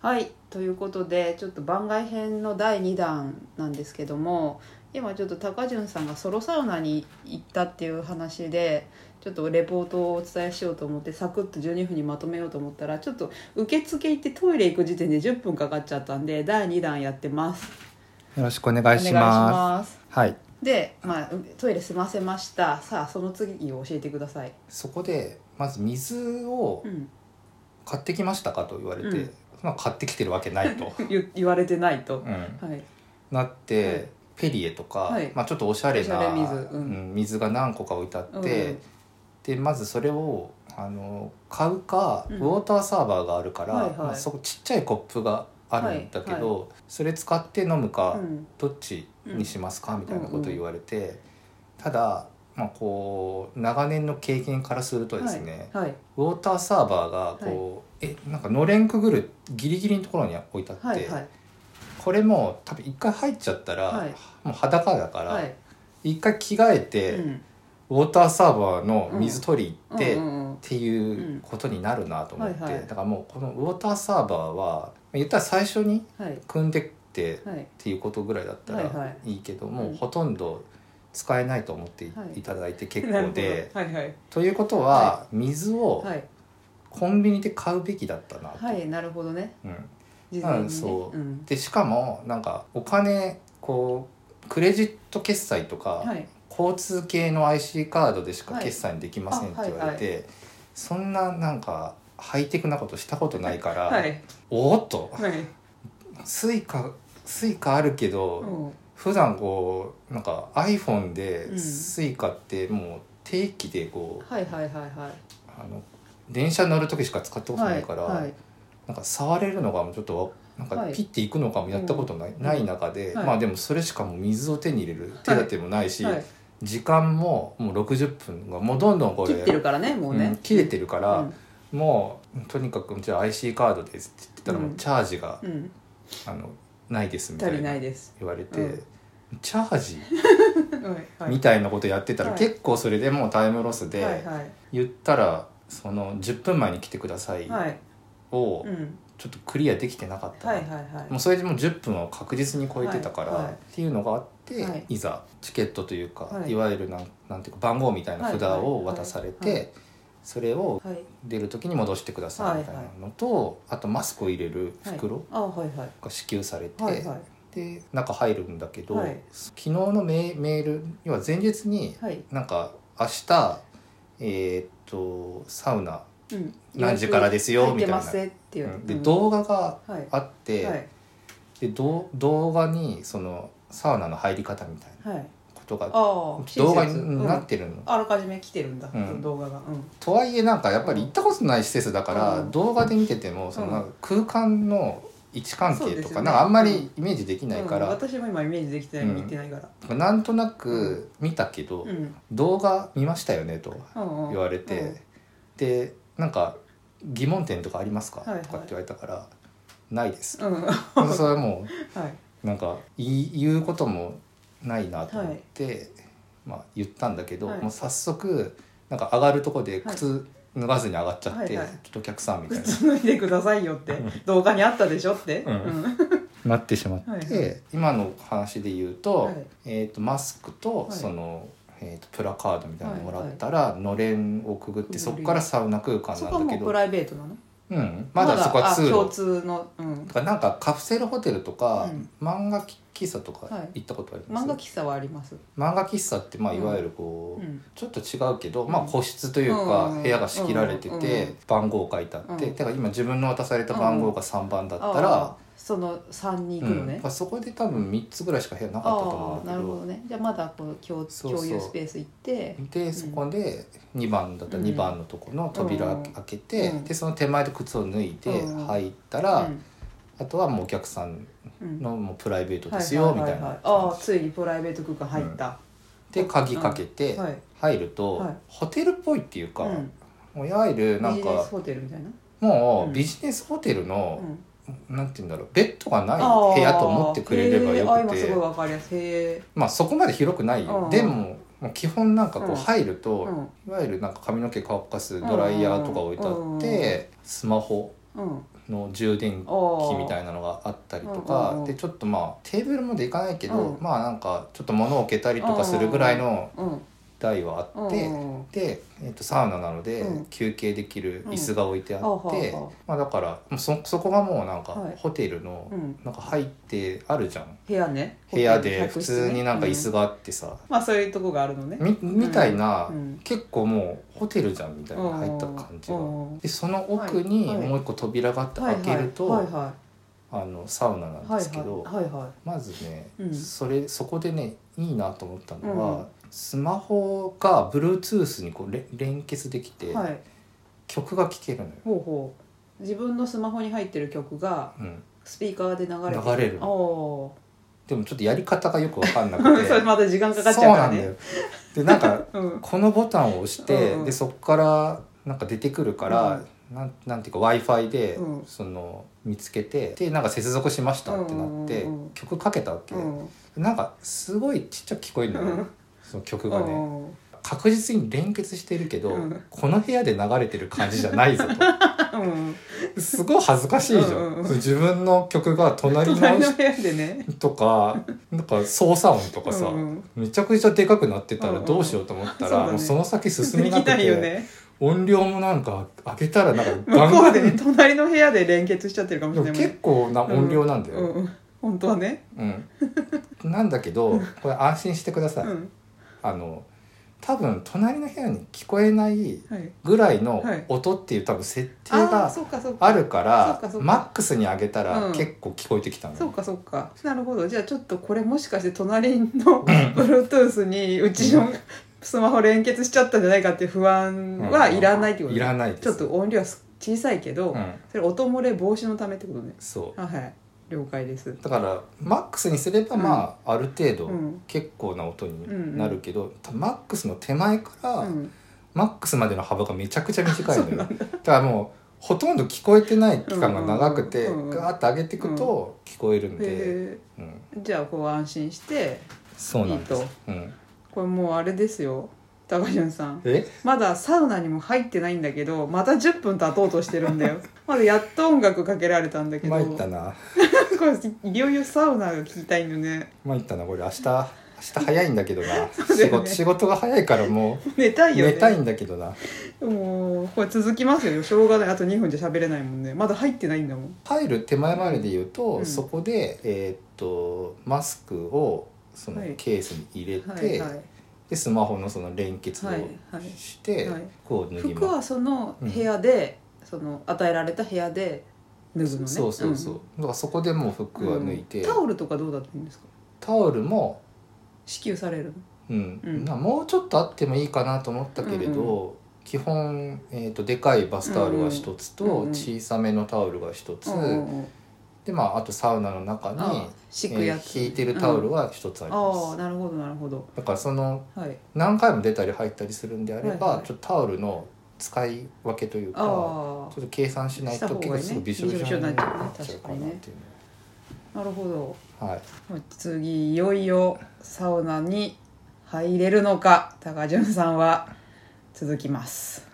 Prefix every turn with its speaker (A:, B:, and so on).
A: はいということでちょっと番外編の第2弾なんですけども今ちょっと高潤さんがソロサウナに行ったっていう話でちょっとレポートをお伝えしようと思ってサクッと12分にまとめようと思ったらちょっと受付行ってトイレ行く時点で10分かかっちゃったんで第2弾やってます。
B: よろしくお願いしますはい
A: で、まあ、うトイレ済ませましたさあその次を教えてください。
B: そこでまず水を
A: うん、
B: 買ってきましたかと言われて、
A: うん
B: まあ、買ってきてるわけないと、
A: 言言われてないと
B: う、ん、
A: はい
B: なって、
A: はい
B: ペリエとか、
A: はい
B: まあ、ちょっとおしゃれな
A: おしゃれ水うん
B: ん水が何個か置いてあっ
A: う
B: て、
A: ん
B: でまずそれをあの買うか、
A: うん
B: ウォーターサーバーがあるから、
A: はいはい
B: まあ、そこちっちゃいコップがあるんだけど、それ使って飲むか、
A: うん
B: どっちにしますか、みたいなことを言われて、ただ、まあ、こう長年の経験からするとですね、
A: はい
B: ウォーターサーバーがこう、えなんかのれんくぐるギリギリのところに置いてあって、
A: はいはい
B: これもう多分一回入っちゃったら、
A: はい
B: もう裸だから、
A: はい、
B: 一回着替えて、
A: うん
B: ウォーターサーバーの水取り行って、
A: う
B: っ
A: んうん
B: ていうことになるなと思って、
A: うんはいはい
B: だからもうこのウォーターサーバーは言ったら最初に
A: うん、はい
B: 組んでって
A: はい
B: っていうことぐらいだった
A: はいは
B: らいいけど、も
A: うん
B: うほとんど使えないと思ってい
A: はい
B: ただいて結構で、
A: なるほどはい
B: ということは水を
A: はい
B: コンビニで買うべきだったなと、
A: はい、はい、なるほどね
B: うん、
A: 事前にね
B: うんそう
A: うん
B: でしかもなんかお金こうクレジット決済とか、
A: はい
B: 交通系の IC カードでしか
A: はい
B: 決済できませんって
A: あ
B: 言われて、そんななんかハイテクなことしたことないから、
A: はい
B: おおっと
A: はい
B: スイカスイカあるけど、
A: うん
B: 普段こうなんか iPhone
A: う
B: で
A: ん
B: スイカってもう定期でこう、
A: はいはいはいは
B: あの電車乗る時しか使った
A: い
B: ことないから、
A: はいはい
B: なんか触れるのがもうちょっとなんか
A: はい
B: ピッていくのかもやったことない,、
A: ん
B: ない中で、
A: はい
B: まあでもそれしかもう水を手に入れる手立てもないし、
A: はい、
B: 時間ももう60分がもうどんどんこれ
A: 切ってるからねもうね、
B: うん切れてるか、
A: から
B: もうとにかくじゃあ IC カードですって言ったらもううんチャージが、
A: うん、うん、
B: あのないですみた
A: 足り
B: い
A: な
B: ない
A: です
B: 言われて、
A: うん
B: チャージ
A: はいはい
B: みたいなことやってたら、
A: はい
B: 結構それでもうタイムロスで、
A: はいはい
B: 言ったらその10分前に来てください
A: はい
B: を
A: うん
B: ちょっとクリアできてなかったな、
A: はいはいはい
B: もうそれでもう10分は確実に超えてたから、
A: はいはい
B: っていうのがあって、
A: はい
B: い、ざチケットというか、
A: はい
B: い、わゆるなんなんていうか番号みたいな札を渡されて、
A: はいはいは
B: それを
A: はい
B: 出る時に戻してくださいみたいなのと、あとマスクを入れる袋
A: あはいはい
B: が支給されて、
A: はいはい
B: で中入るんだけど、
A: はい
B: 昨日のメメール要は前日に
A: はい
B: なんか明日えーっとサウナ、
A: うん
B: 何時からですよ
A: 入って
B: みたいな
A: ますっていう、
B: で動画が
A: うんはい
B: あって、
A: はい
B: でどう動画にそのサウナの入り方みたいな
A: はい
B: ことが
A: ああ
B: 動画
A: 施設
B: になってるの、
A: うんあらかじめ来てるんだ、
B: うん
A: 動画がうん
B: とはいえなんかやっぱり行ったことない施設だから、
A: うん
B: 動画で見ててもその
A: うん
B: なんか空間の位置関
A: そう
B: 係
A: で
B: と
A: す
B: か,、
A: よね
B: なんかあんまりイメージできないか
A: うん
B: ら、
A: 私も今イメージできてない、
B: うん
A: 見てないから
B: なんとなく見たけど、
A: うんうん
B: 動画見ましたよねと
A: うん
B: 言われて、
A: うん
B: でなんか疑問点とかありますか、
A: はいはい
B: とかって言われたからない です。
A: うんは
B: それはもう
A: い
B: なんか言い言うこともないなと思って、まあ、言ったんだけど、
A: はい
B: もう早速なんか上がるとこで
A: はい
B: 靴脱がずに上がっちゃって、
A: はいはい
B: ちょっとお客さん みたいな、
A: 靴脱いでくださいよって
B: うん
A: 動画にあったでしょって
B: うんなってしまって、
A: はいは
B: 今の話で言うと,、
A: はい
B: えー、とマスクと、
A: はい
B: その。えー、とプラカードみたいなのもらったら、のれんをくぐって
A: くぐる
B: そこからサウナ空間
A: そ
B: な
A: こは
B: んだ
A: も
B: け
A: う
B: ど
A: プライベートなの
B: うん、まだそこは通
A: あ共
B: 路
A: 通の、うん
B: だ、からなんかカプセルホテルとか、
A: うん
B: 漫画喫茶とか
A: はい
B: 行ったことあります、
A: 漫画喫茶はあります、
B: 漫画喫茶って、まあ、
A: うん
B: いわゆるこう、
A: うん
B: ちょっと違うけど、まあ、個室という
A: う
B: か
A: ん
B: 部屋が仕切られて
A: うんうん
B: て番号書いてあって、
A: うん
B: だから今自分の渡された番号が3番だった
A: あ
B: ら
A: あ、その3に
B: う
A: 行くの
B: ん
A: ね、
B: まあそこで多分3つぐらいしか部屋なかったと
A: あ
B: 思う
A: あ
B: ん
A: な
B: だけ
A: る
B: ど
A: ほどねじゃあまだこう共
B: そうそう
A: 共有スペース行って
B: でそこで2番だったら
A: うん
B: 2番のとこの扉
A: うん
B: 開けて、
A: うん
B: でその手前で靴を脱いで
A: うん
B: 入ったら、
A: うん
B: あとはもうお客さん
A: うん
B: のもうプライベート
A: は
B: ですよみ
A: は
B: た
A: はい
B: な
A: ああ
B: 感じ
A: ついにプライベート空間入った、
B: で鍵かけて
A: はい
B: 入ると、
A: はい
B: ホテルっぽいっていうか、
A: うん
B: もういわゆるな
A: ビ
B: ん
A: ジネ
B: か
A: スホテルみたいな、
B: も
A: うん
B: うビジネスホテルの、
A: うん、
B: なんて言うんだろうベッドがない
A: あー
B: 部屋と思ってくれればよ
A: へーあ
B: く
A: 今すごい
B: て
A: わかりやすいへ
B: まあそこまで広くない
A: うん
B: よでももう基本なんかこ
A: うん
B: う入る
A: ーう
B: と
A: ん
B: いわゆるなんか髪の毛乾かすドライヤーとか置いてあってスマホ
A: うん
B: の充電機みたいなのがあったりと
A: うんうんう
B: か
A: ん
B: でちょっとまあテーブルまでいかないけど
A: うん
B: まあなんかちょっと物を置けたりとかするぐらいの
A: うん
B: 台はあ
A: うん
B: ってで、えっとサウナなので
A: うん
B: 休憩できる椅子が置いてあ
A: うん
B: って、
A: あはは
B: まあ、だからもうそそこがもうなんか
A: はい
B: ホテルの
A: うん
B: なんか入ってあるじゃん、
A: 部屋ね
B: 部屋で普通になんか椅
A: う
B: 子があってさ、
A: まあそういうとこがあるのね
B: みみたいな、
A: うん
B: 結構もうホテルじゃんみたいな入った感じが。でその奥に
A: はいはい
B: もう一個扉があって開けると、
A: はいは
B: あのサウナない
A: はい
B: ん
A: はい
B: ですけど、
A: はいはい
B: まずね、
A: うん
B: それそこでねいいなと思ったのは、
A: うん
B: スマホが Bluetooth にこうれ連結できて、
A: はい
B: 曲が聴けるのよ、
A: ほうほう自分のスマホに入ってる曲が
B: うん、
A: スピーカーで流れて
B: 流れる
A: おお
B: でもちょっとやり方がよく分かんなく
A: ー
B: て
A: それまた時間かかっち
B: そう
A: ゃうか
B: な
A: ら
B: んだ
A: ね
B: よでなんか
A: うん
B: このボタンを押して、
A: うんうん
B: でそこからなんか出てくるから、なんなんていうか w i f i で、
A: うん
B: その見つけてでなんか接続しましたってなって、
A: うんうんうん
B: 曲かけたわけ、
A: うん
B: なんかすごいちっちゃく聞こえるのよ、
A: うん
B: その曲がね、
A: うん
B: 確実に連結してるけど、
A: うん
B: この部屋で流れてる感じじゃないぞ
A: うん
B: とすごい恥ずかしいじゃん
A: うんうんうん
B: 自分の曲が隣の
A: 隣の部屋でね
B: とかなんか操作音とかさ、
A: うんうん
B: めちゃくちゃでかくなってた
A: うん
B: ら
A: うん
B: どうしようと思っ
A: そ
B: た
A: う
B: ら、
A: だね
B: もうその先進め
A: で
B: な
A: き
B: くて
A: ないよね
B: 音量もなんか上げたらなんか
A: 向こうでね
B: で
A: 隣の部屋で連結しちゃってるかもし
B: も
A: れないもん
B: 結構な音量なんだ
A: ね
B: よ、
A: うんうん本当はね
B: うんなんだけどこれ安心してくだ
A: う
B: さい、
A: ん
B: あの多分隣の部屋に聞こえない
A: はい
B: ぐらいの
A: はい
B: 音っていう多分設定
A: ああー
B: が
A: そうかそうか
B: あるから
A: そうかそうか
B: マックスに上げたら
A: うん
B: 結構聞こえてきたの、
A: そうかそうかなるほどじゃあちょっとこれもしかして隣の Bluetooth にうちのスマホ連結しちゃったんじゃないかっていう不安はいらないってこと
B: いらないです
A: ちょっと音量は小さいけど、
B: うん
A: それ音漏れ防止のためってことね
B: そう
A: あはい了解です
B: だからマックスにすればまあ、ある程度
A: うん
B: 結構な音になるけど、多分マックスの手前から、
A: うん
B: マックスまでの幅がめちゃくちゃ短いのよだからもうほとんど聞こえてない期間が長くて、
A: うんうんうん
B: ガーッと上げていくと聞こえるんで、
A: へ
B: うん
A: えじゃあこう安心して
B: そうなんです
A: いい
B: うん、
A: これもうあれですよ高潤さん
B: え
A: まだサウナにも入ってないんだけどまた10分経とうとしてるんだよ まだやっと音楽かけられたんだけど
B: 参ったな
A: これいよいよサウナが聞きたいのね
B: 参ったなこれ明日明日早いんだけ どな、
A: うだ
B: 仕
A: よね
B: 事仕事が早いからも
A: 寝た
B: う
A: いよ
B: 寝
A: ね
B: たいんだけどな
A: もうこれ続きますよしょうがないあと2分じゃ喋れないもんねまだ入ってないんだもん
B: 入る手前までで言うと、
A: うん
B: そこでえーっとマスクをその
A: はい
B: ケースに入れて、
A: はいは
B: でスマホのその連結を
A: はいはい
B: して、
A: はい
B: こう
A: い
B: 脱ぎ
A: 服
B: ます
A: はその部屋で、その与えられた部屋で脱ぐのね
B: そうそうそう、だからそこでもう服は脱い
A: う
B: で、
A: んタオルとかどうだったんですか
B: タオルも、
A: 支給される
B: うん
A: うん
B: まあもうちょっとあってもいいかなと思ったけれど、
A: う
B: 基本、えー、とでかいバスタオルが一つと、
A: うんうん
B: 小さめのタオルが一つ、
A: のうんうんうん
B: でまああとサウナの中に、
A: あ
B: え
A: 敷くやつ、
B: ー引いてるタオル
A: は
B: は一つあります、
A: ああなるほどなるほど
B: だからその
A: はい
B: 何回も出たり入ったりするんであれば、
A: はいはい
B: ちょっとタオルの使い分けというか
A: あ
B: ちょっと計算しないと
A: した方が
B: 結構
A: いいね
B: すぐびしょびしょになっちゃうかなっていう
A: あなるほど
B: のは、はい、
A: もう次いよいよサウナに入れるのか高潤さんは続きます